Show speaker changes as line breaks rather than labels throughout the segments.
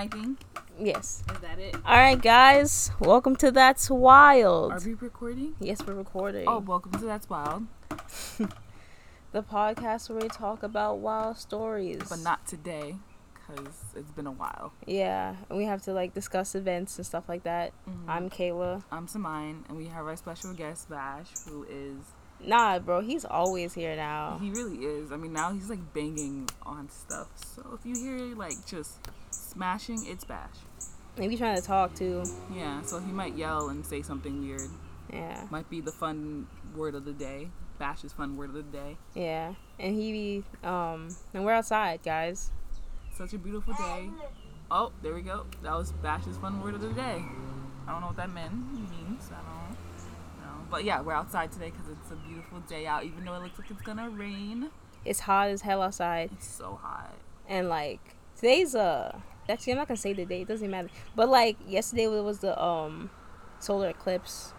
I think.
Yes.
Is that it?
All right, guys. Welcome to That's Wild.
Are we recording?
yes, we're recording.
Oh, welcome to That's Wild.
The podcast where we talk about wild stories.
But not today, because it's been a while.
Yeah, and we have to like discuss events and stuff like that.
Mm-hmm.
I'm Kayla.
I'm Samine, and we have our special guest, Bash, who is.
Nah, bro, he's always here now.
He really is. I mean, now he's like banging on stuff. So if you hear like just smashing, it's Bash.
Maybe trying to talk too.
Yeah, so he might yell and say something weird.
Yeah,
Might be the fun word of the day. Bash's fun word of the day.
yeah. And he be um, and we're outside, guys.
Such a beautiful day. Oh, there we go. That was Bash's fun word of the day. I don't know what that meant, means. I don't know. But yeah, we're outside today because it's a beautiful day out, even though it looks like it's gonna rain.
It's hot as hell outside,
It's so hot.
and like today's uh, actually I'm not gonna say the day. It doesn't matter. But like yesterday was the um, solar eclipse,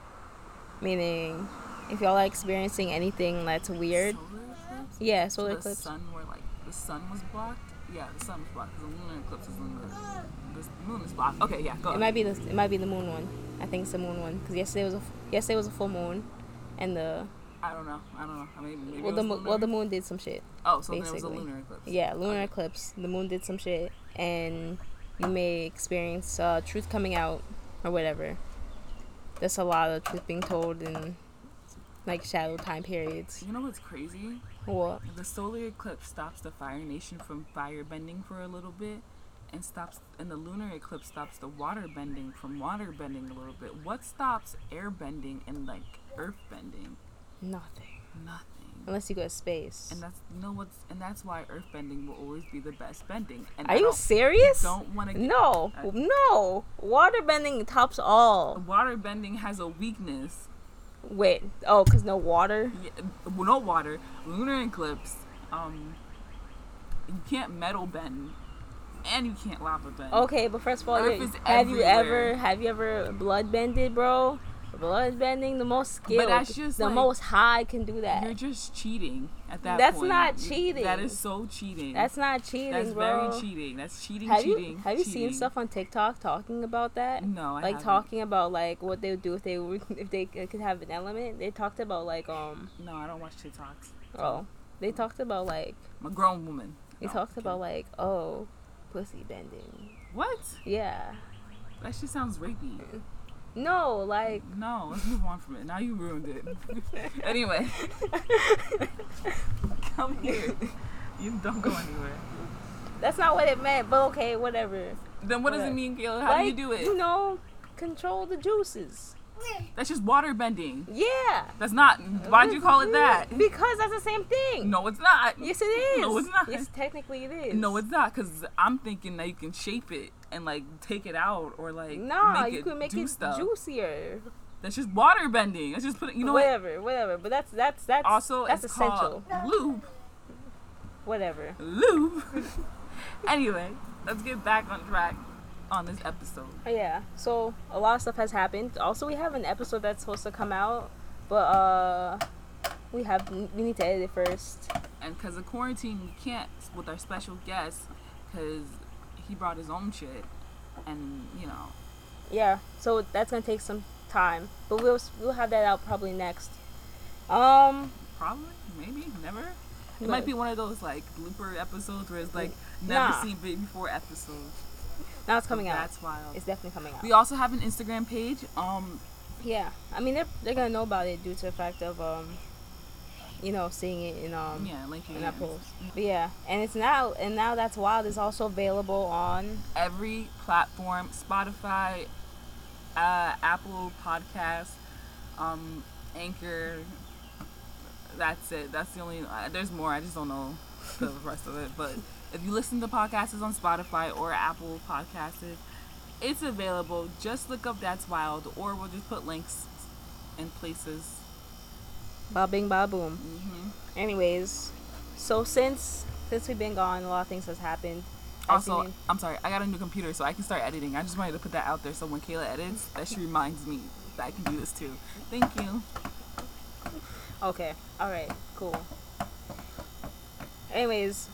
meaning if y'all are experiencing anything that's weird,
Solar eclipse?
yeah,
So
solar
the
eclipse.
sun were like the sun was blocked. Yeah, the sun was blocked because the lunar eclipse is lunar. The moon is blocked. Okay, yeah, go.
It might be the it might be the moon one. I think it's the moon one because yesterday was a f- yesterday was a full moon, and the
I don't know. I don't know. I mean, maybe
well
it
the
was
mo-
lunar.
well the moon did some shit.
oh, so then it was
basically.
a lunar eclipse.
Yeah, lunar
Okay.
eclipse. The moon did some shit, and you may experience uh, truth coming out or whatever. There's a lot of truth being told in like shadow time periods.
You know what's crazy?
What?
The solar eclipse stops the Fire Nation from fire bending for a little bit, and stops, and the lunar eclipse stops the water bending from water bending a little bit. What stops air bending and like earth bending?
Nothing.
Nothing.
Unless you go to space.
And that's you know what's, and that's why earth bending will always be the best bending. And
Are
I
you
don't,
serious?
Don't want to.
No,
I-
no. Water bending tops all.
Water bending has a weakness.
Wait. Oh, cause no water.
Yeah, well, no water. Lunar eclipse. Um, you can't metal bend, and you can't lava bend.
Okay, but first of all,
Earth
you-
is
have you ever
everywhere.
have you ever blood bended, bro? Blood bending, the most skilled,
that's just,
the
like,
most high can do that.
You're just cheating at that
That's
point.
not
You-
cheating.
That is so cheating.
That's not cheating,
That's
bro.
very cheating. That's cheating,
Have
cheating.
you have you
cheating.
seen stuff on TikTok talking about that?
No, I
like
haven't.
talking about like what they would do if they were, if they could have an element. They talked about like um
No, I don't watch TikToks.
oh they talked about like
I'm a grown woman.
they
No,
talked
okay.
about like oh pussy bending.
What?
Yeah.
That shit sounds rapey.
No, like
No, let's move on from it. Now you ruined it. anyway, come here. You don't go anywhere.
that's not what it meant, but okay, whatever.
Then what does it
What?
mean, Gail? How
Like,
do you do it?
You know, control the juices.
That's just water bending.
Yeah.
That's not. Why'd you call it that?
Because that's the same thing.
No, it's not.
Yes, it is.
No, it's not.
Yes, technically it is.
No, it's not. Cause I'm thinking that you can shape it and like take it out or like
Nah,
make
you
it
can make
do
it
stuff.
juicier.
That's just water bending. That's just putting. You know what?
whatever, whatever. But that's that's that's
Also,
that's
it's
essential.
called lube.
Whatever.
Lube. anyway, let's get back on track on this episode.
But Oh, yeah. So a lot of stuff has happened. Also, we have an episode that's supposed to come out, but uh, we have we need to edit it first.
And cause of quarantine, we can't with our special guest, cause he brought his own shit, and you know,
Yeah. So that's gonna take some time, but we'll we'll have that out probably next. Um.
probably, maybe, never. It might be one of those like blooper episodes where it's like never
Nah.
seen big before episodes.
Now it's coming out.
That's wild.
It's definitely coming out.
We also have an Instagram page. Um,
Yeah, I mean they're they're gonna know about it due to the fact of um, you know, seeing it in um
yeah, link in
in our polls.
the-
But yeah, and it's now and now that's wild is also available on
every platform: Spotify, uh, Apple Podcasts, um, Anchor. That's it. That's the only. Uh, there's more. I just don't know the rest of it. But if you listen to podcasts on Spotify or Apple Podcasts, it's available. Just look up "That's Wild," or we'll just put links in places.
Ba Bing Ba Boom.
hmm
Anyways, so since since we've been gone, a lot of things has happened. I
Also,
think-
I'm sorry, I got a new computer, so I can start editing. I just wanted to put that out there so when Kayla edits, that she reminds me that I can do this too. Thank you.
okay, all right, cool. Anyways,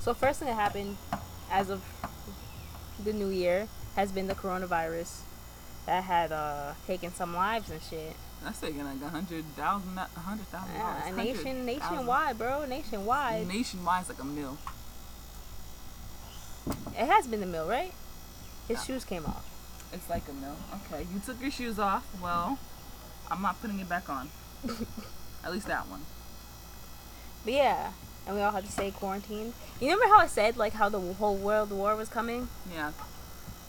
so first thing that happened as of the new year has been the coronavirus that had uh, taken some lives and shit.
That's taking like a hundred thousand, a hundred thousand dollars. Oh,
Yeah,
Hundred
Uh, nation,
thousand.
nationwide, bro, nationwide.
Nationwide is like a mill.
It has been the mill, right? His shoes came off.
It's like a mill. Okay, you took your shoes off. Well, I'm not putting it back on. At least that one.
But yeah, and we all had to stay quarantined. You remember how I said like how the whole world war was coming?
Yeah,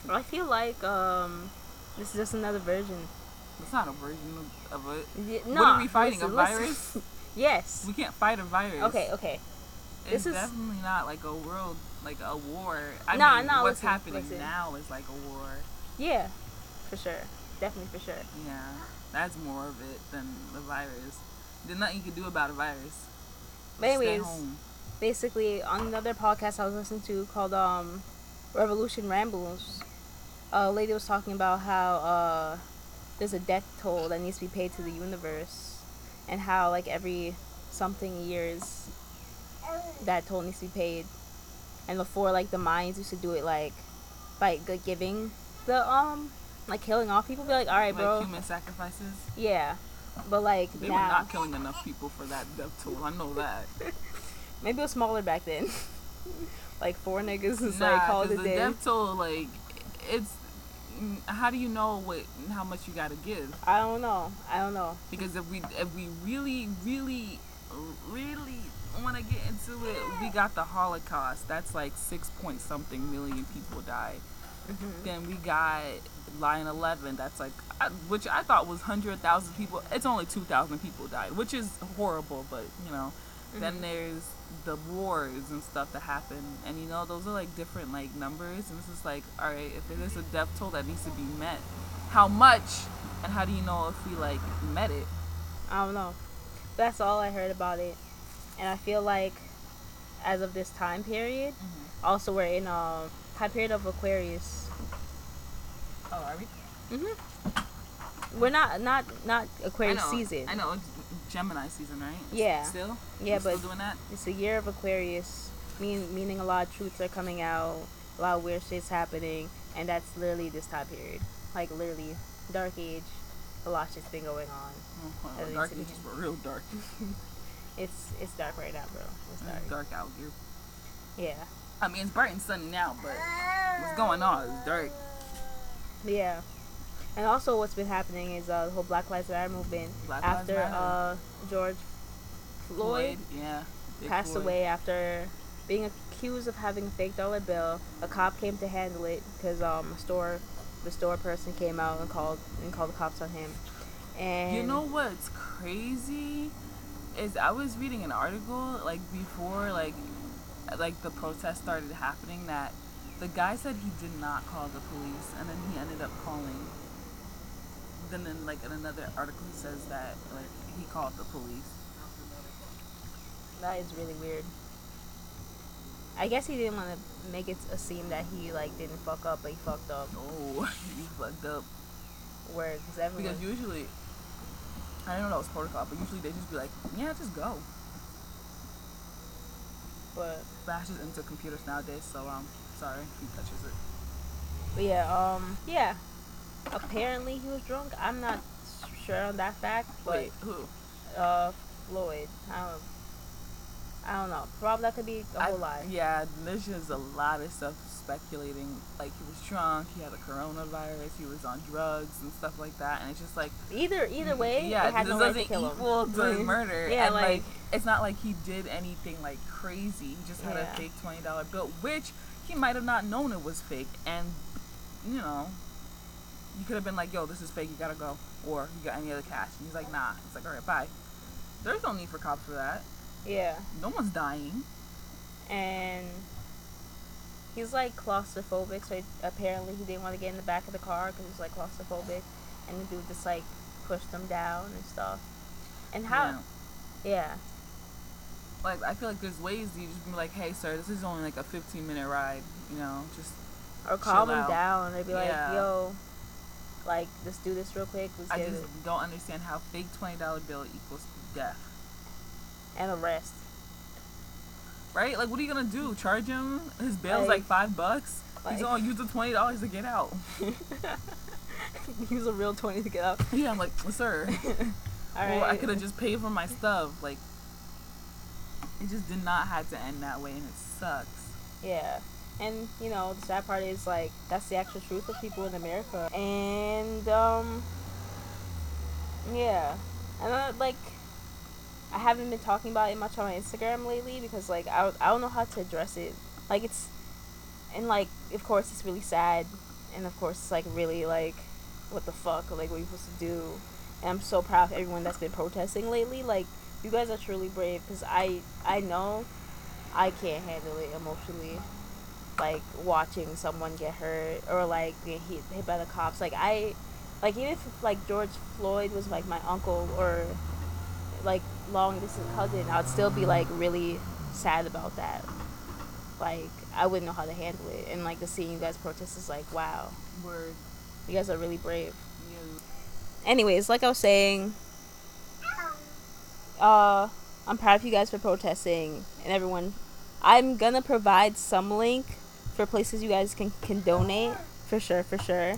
I feel like um, this is just another version.
it's not a version of, of it.
Y-
What
nah,
are we fighting?
listen,
a
listen.
virus?
Yes.
We can't fight a virus.
Okay. Okay.
It's
this is-
definitely not like a world, like a war. I
Nah,
mean,
nah,
what's
listen,
happening
listen.
now is like a war.
Yeah, for sure. Definitely for sure.
Yeah, that's more of it than the virus. There's nothing you can do about a virus.
But
Just stay
anyways,
home.
basically on another podcast I was listening to called um, Revolution Rambles, a lady was talking about how uh, there's a death toll that needs to be paid to the universe, and how like every something years that toll needs to be paid, and before like the Mayans used to do it like by g- giving the um like killing off people, be like, all right,
like
bro,
human sacrifices.
yeah, but like
They were
now
not killing enough people for that death toll. I know that.
maybe it was smaller back then. Like four niggas is
nah,
like called
'cause
it
the
a day.
death toll, like, it's mm, how do you know what how much you gotta give?
I don't know. I don't know.
Because if we if we really really really want to get into it, we got the Holocaust. That's like six point something million people died. Then we got line 11. That's like I, which I thought was hundred thousand people. It's only two thousand people died, which is horrible. But you know, then there's the wars and stuff that happen, and you know those are like different like numbers. And it's just like all right, if there's a death toll that needs to be met, how much, and how do you know if we like met it?
I don't know. That's all I heard about it, and I feel like, as of this time period,
Mm-hmm.
also we're in a time period of Aquarius.
Oh, are we?
We're not not not
I
Aquarius
know,
season.
I know, it's Gemini season, right?
Yeah.
Still.
Yeah,
We're still
but-
doing that.
It's a year of Aquarius, mean, meaning a lot of truths are coming out, a lot of weird shit's happening, and that's literally this time period. Like literally, Dark Age, a lot of shit's been going on.
Oh,
At least
dark
it
ages
is.
were real dark.
It's it's dark right now, bro. It's dark.
It's dark out here.
Yeah,
I mean, it's bright and sunny now, but what's going on? It's dark.
yeah. And also, what's been happening is uh, the whole Black Lives Matter movement.
Black Lives
after
Matter.
uh, George Floyd,
yeah, Big
passed
Floyd.
away after being accused of having a fake dollar bill. A cop came to handle it because um, a store, the store person came out and called and called the cops on him. And
You know what's crazy is I was reading an article like before like like the protest started happening that the guy said he did not call the police and then he ended up calling. Then in like in another article he says that like he called the police.
that is really weird. I guess he didn't want to make it a seem that he like didn't fuck up, but he fucked up.
Oh, you fucked up.
Word, because everyone.
Because usually, I don't know that was protocol, but usually they just be like, yeah, just go.
but
Bash is into computers nowadays, so um, sorry, he touches it.
But yeah, um, yeah. Apparently he was drunk. I'm not sure on that fact, but
Wait, who?
uh, Floyd. I don't. I don't know. Probably that could be a
I-
whole lot.
Yeah, there's just a lot of stuff speculating. Like he was drunk, he had a coronavirus, he was on drugs and stuff like that, and it's just like
Either either way,
yeah,
it had
this
no right to
doesn't
kill him.
equal the murder.
Yeah,
and, like,
like-
it's not like he did anything like crazy. He just had
Yeah.
a fake twenty dollar bill, which he might have not known it was fake, and you know, you could have been like, "Yo, this is fake. You gotta go," or "You got any other cash?" And he's like, "Nah." It's like, "All right, bye." There's no need for cops for that.
Yeah,
No one's dying.
and he's like claustrophobic, so apparently he didn't want to get in the back of the car because he was like claustrophobic, and the dude just like pushed him down and stuff. And
You
how?
know?
Yeah,
like I feel like there's ways you just be like, hey sir, this is only like a 15 minute ride, you know, just
or calm
Chill
him
out.
down. They'd be like,
Yeah.
yo, like let's do this real quick. Let's
I
get
just
it.
don't understand how fake twenty dollar bill equals death,
and arrest.
right? Like what are you gonna do? Charge him? His bail's like
Like-
five bucks. He's
Like,
all use the twenty dollars to get out.
use a real 20 to get out.
Yeah, I'm like, sir.
All right.
Or I could have just paid for my stuff. Like, it just did not have to end that way, and it sucks.
Yeah. And you know, the sad part is like that's the actual truth of people in America. And um yeah. And I, like I haven't been talking about it much on my Instagram lately because like I, I don't know how to address it. Like it's and like of course it's really sad and of course it's like really like what the fuck like what are you supposed to do? And I'm so proud of everyone that's been protesting lately. Like you guys are truly brave because I I know I can't handle it emotionally. Like watching someone get hurt or like get hit, hit by the cops. Like I, like even if like George Floyd was like my uncle or like long distance cousin, I'd still be like really sad about that. Like I wouldn't know how to handle it, and like the seeing you guys protest is like wow,
Word.
you guys are really brave.
You.
Anyways, like I was saying, uh, I'm proud of you guys for protesting and everyone. I'm gonna provide some link for places you guys can can donate for sure, for sure.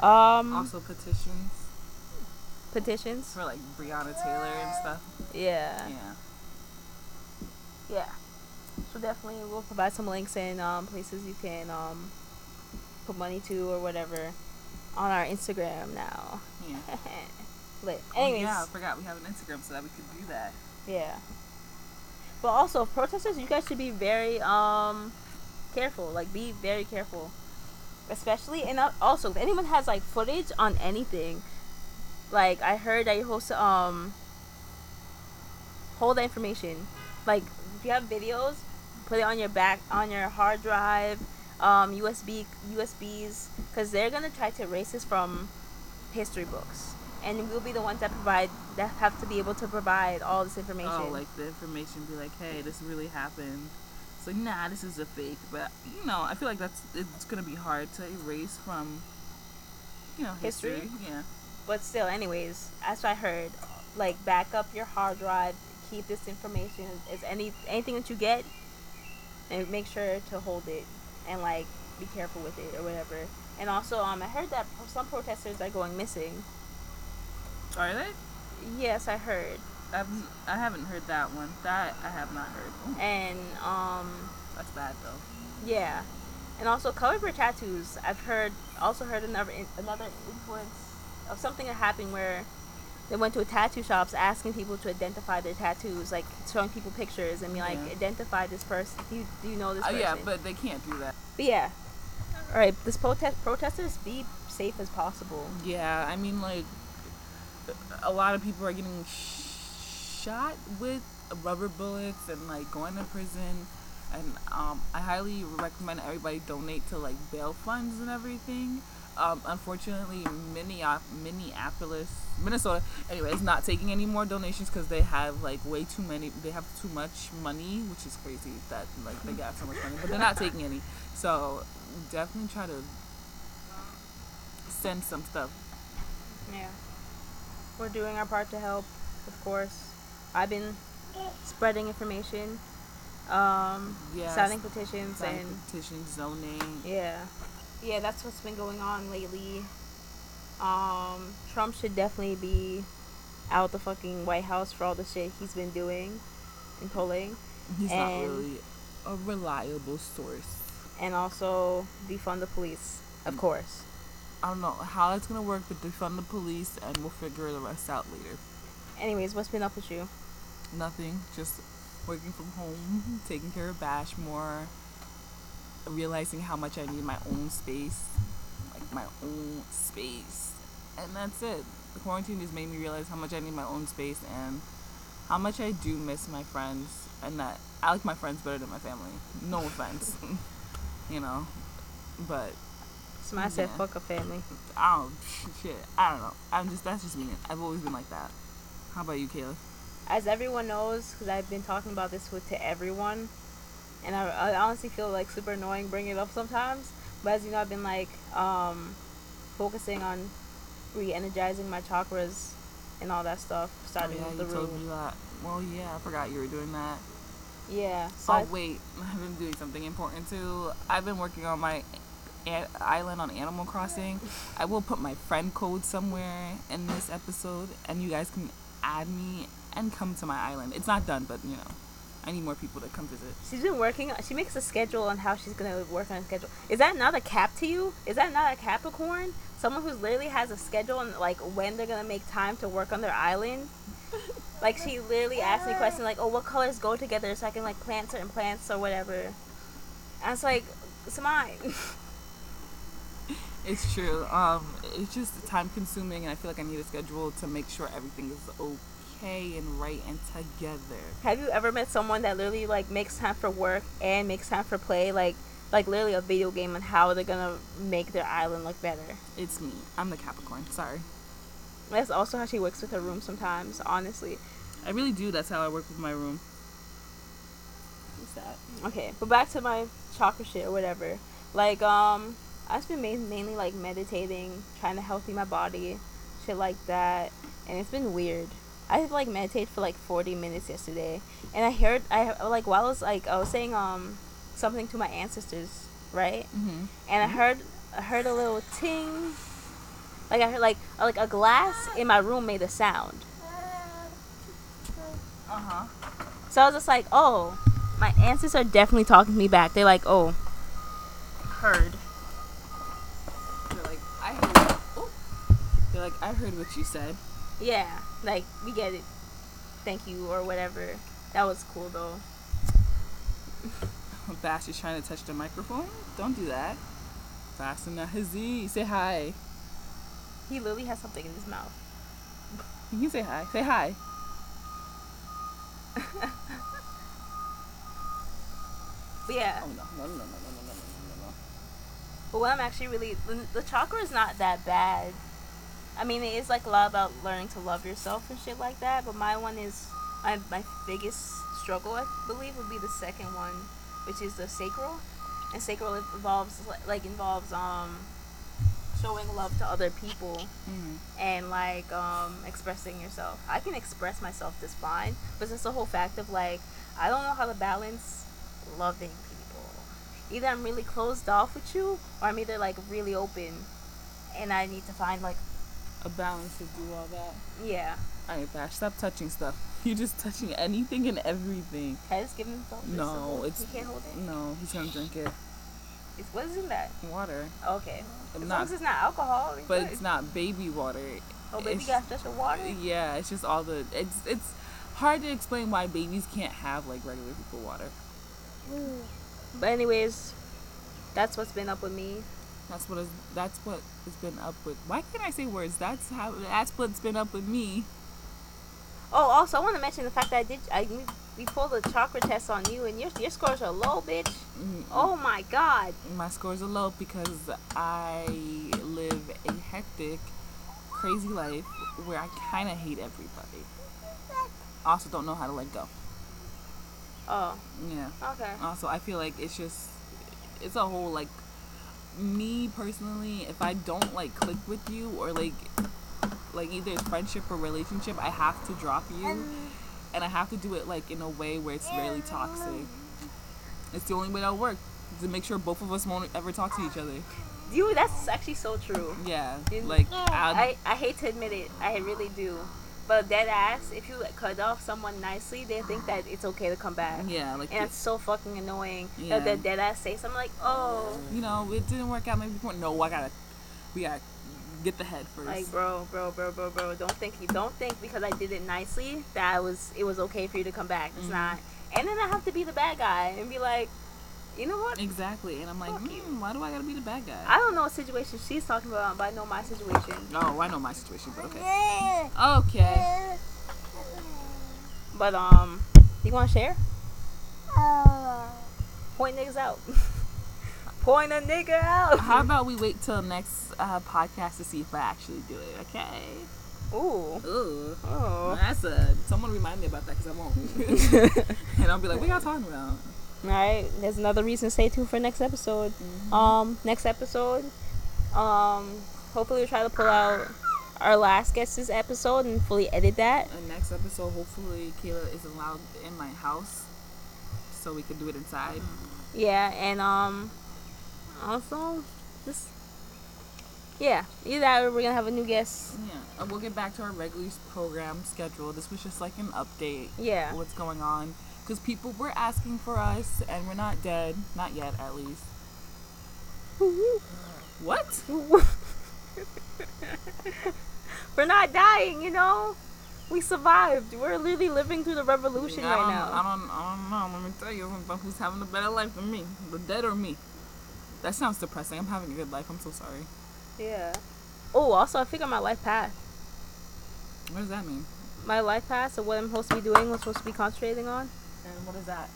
Um,
Also petitions
petitions.
for like Breonna Taylor and stuff.
Yeah,
Yeah.
yeah. So definitely, we'll provide some links and um, places you can um, put money to or whatever on our Instagram now.
Yeah.
But
Oh,
anyways,
Yeah, I forgot we have an Instagram so that we could do that.
Yeah. But also, protesters, you guys should be very um careful. Like, be very careful, especially and uh, also if anyone has like footage on anything, like I heard that you host um hold that information. Like, if you have videos, put it on your back on your hard drive, um USB USBs, because they're gonna try to erase this from history books. And we'll be the ones that provide that have to be able to provide all this information.
Oh, like the information be like, hey, this really happened. It's like, nah, this is a fake. But you know, I feel like that's it's gonna be hard to erase from, you know, history.
History?
Yeah.
But still, anyways, that's what I heard. Like, back up your hard drive. Keep this information. Is any anything that you get, and make sure to hold it, and like be careful with it or whatever. And also, um, I heard that some protesters are going missing.
Are they?
Yes, I heard.
I've, I haven't heard that one. That I have not heard. Ooh,
And um,
that's bad though.
yeah, and also covered for tattoos. I've heard also heard another in- another influence of something that happened where they went to a tattoo shops asking people to identify their tattoos, like showing people pictures and be like,
Yeah.
identify this person. Do you, do you know this
Oh
person?
yeah, but they can't do that.
But yeah. All right, this protest protesters be safe as possible.
Yeah, I mean like, a lot of people are getting sh- shot with rubber bullets and like going to prison. And um, I highly recommend everybody donate to like bail funds and everything. Um, unfortunately, Minnea- Minneapolis, Minnesota, anyway, is not taking any more donations because they have like way too many. They have too much money, which is crazy that like they got so much money, but they're not taking any. So definitely try to send some stuff
Yeah. We're doing our part to help, of course. I've been spreading information, um,
Yes.
signing petitions,
Sign
and
petition zoning.
Yeah. Yeah, that's what's been going on lately. Um, Trump should definitely be out the fucking White House for all the shit he's been doing and pulling.
He's not
And-
really a reliable source.
And also defund the police, of course.
I don't know how that's gonna work, but defund the police and we'll figure the rest out later.
Anyways, what's been up with you?
Nothing, just working from home, taking care of Bash more, realizing how much I need my own space, like my own space, and that's it. The quarantine just made me realize how much I need my own space and how much I do miss my friends, and that I like my friends better than my family. No offense, you know, but
Somebody said
Yeah.
fuck a family.
I don't shit. I don't know. I'm just that's just me. I've always been like that. How about you, Kayla?
as everyone knows, because I've been talking about this with to everyone, and I, I honestly feel like super annoying bringing it up sometimes. But as you know, I've been like um, focusing on re-energizing my chakras and all that stuff, starting
Oh, yeah,
with
you
the
told
root.
me that. Well, yeah, I forgot you were doing that.
Yeah. So
Oh
I-
wait, I've been doing something important too. I've been working on my an- island on Animal Crossing. I will put my friend code somewhere in this episode, and you guys can add me and come to my island. It's not done, but you know, I need more people to come visit.
she's been working. She makes a schedule on how she's gonna work on a schedule. Is that not a cap to you? Is that not a Capricorn? Someone who's literally has a schedule and like when they're gonna make time to work on their island. Like she literally asked me questions like, "Oh, what colors go together so I can like plant certain plants or whatever." I was like, "It's mine."
It's true. Um, it's just time consuming, and I feel like I need a schedule to make sure everything is okay and right and together.
Have you ever met someone that literally like makes time for work and makes time for play, like like literally a video game on how they're gonna make their island look better?
It's me. I'm the Capricorn. Sorry.
That's also how she works with her room sometimes. Honestly,
I really do. That's how I work with my room.
What's that? Okay, but back to my chakra shit or whatever. Like, um, I've just been main- mainly like meditating, trying to healthy my body, shit like that, and it's been weird. I had like meditate for like forty minutes yesterday, and I heard I like while I was like I was saying um something to my ancestors, right?
Mm-hmm.
and I heard I heard a little ting. Like I heard like like a glass in my room made a sound.
Uh huh.
So I was just like, oh, my ancestors are definitely talking to me back. They're like, oh, heard.
They're like, I heard. Oh. They're like, I heard what you said.
Yeah, like we get it. Thank you or whatever. That was cool though.
Bash is trying to touch the microphone. Don't do that. Bash and Nahazi, say hi.
He literally has something in his mouth.
You can say hi. Say hi.
But yeah,
Oh no, no, no, no, no, no, no, no, no, no.
but what I'm actually really the, the chakra is not that bad. I mean, it is like a lot about learning to love yourself and shit like that. But my one is my my biggest struggle, I believe, would be the second one, which is the sacral, and sacral involves like involves um showing love to other people
Mm.
and like um, expressing yourself. I can express myself just fine, but it's the whole fact of like I don't know how to balance loving people. Either I'm really closed off with you, or I'm either like really open, and I need to find like
A balance to do all that.
yeah.
Alright, Bash, stop touching stuff. You're just touching anything and everything.
Can I just give him something?
No, it's
he can't hold it.
no. He's gonna drink it.
It's what is in that?
Water,
Okay, as long
not-
as it's not alcohol.
but
good.
it's not baby water.
oh baby
it's-
got special water.
Yeah, it's just all the. It's it's hard to explain why babies can't have like regular people water.
But anyways, that's what's been up with me.
That's what is that's what has been up with. Why can't I say words? That's how that's what's been up with me.
Oh, also, I want to mention the fact that I did. I we pulled the chakra test on you, and your your scores are low, bitch.
Mm,
Oh my god.
My scores are low because I live a hectic, crazy life where I kind of hate everybody. Also, don't know how to let go.
Oh,
Yeah.
okay.
Also, I feel like it's just it's a whole like me personally. If I don't like click with you or like like either it's friendship or relationship, I have to drop you, and I have to do it like in a way where it's really toxic. It's the only way that'll work is to make sure both of us won't ever talk to each other.
You, that's actually so true.
Yeah,
In-
like
I
I,
I hate to admit it. I really do. But dead ass, if you like, cut off someone nicely, they think that it's okay to come back.
yeah, like
And it's so fucking annoying
Yeah.
that the dead ass say something like, "Oh,
you know it didn't work out. Maybe before. no, I gotta we gotta get the head first.
like bro, bro, bro, bro, bro, don't think you don't think because I did it nicely that I was it was okay for you to come back. It's
Mhm.
not. And then I have to be the bad guy and be like, you know what?
exactly, and I'm like,
Fuck you.
hmm, why do I gotta be the bad guy?
I don't know what situation she's talking about, but I know my situation.
No, I know my situation, but okay. Okay.
But um, you want to share? Point niggas out. Point a nigga out.
How about we wait till next uh, podcast to see if I actually do it? Okay.
Ooh.
Ooh.
Oh.
That's a. Someone remind me about that because I won't. and I'll be like, what y'all talking about?
All right, there's another reason. to Stay tuned for next episode. Um, next episode, um, hopefully we try to pull out our last guest's episode and fully edit that.
And next episode, hopefully, Kayla is allowed in my house so we could do it inside.
Yeah, and um, also just yeah, either that or we're gonna have a new guest.
Yeah, and we'll get back to our regularly s- program schedule. This was just like an update.
Yeah,
What's going on? Because people were asking for us, and we're not dead, not yet, at least. What?
we're not dying, you know. We survived. We're literally living through the revolution
I
right
don't,
now.
I don't, I don't know. Let me tell you, but who's having a better life than me? The dead or me? That sounds depressing. I'm having a good life. I'm so sorry.
Yeah. Oh, also, I figured my life path.
What does that mean?
My life path, so what I'm supposed to be doing, what I'm supposed to be concentrating on.
And what is that?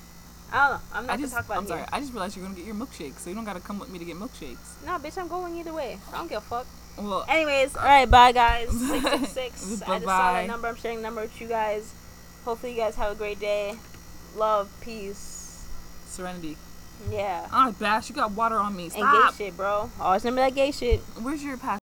I don't know. I'm not
I
gonna
just,
talk about
I'm
it
sorry.
here.
I just realized you're gonna get your milkshake, so you don't gotta come with me to get milkshakes.
No, bitch, I'm going either way. I don't give a fuck.
Well,
Anyways, all right, bye guys. Six six six. I just saw
Bye-bye.
that number. I'm sharing the number with you guys. Hopefully, you guys have a great day. Love, peace.
Serenity.
Yeah.
Ah, Bash, you got water on me.
And gay
Stop.
shit, bro. Always remember that gay shit.
Where's your pass?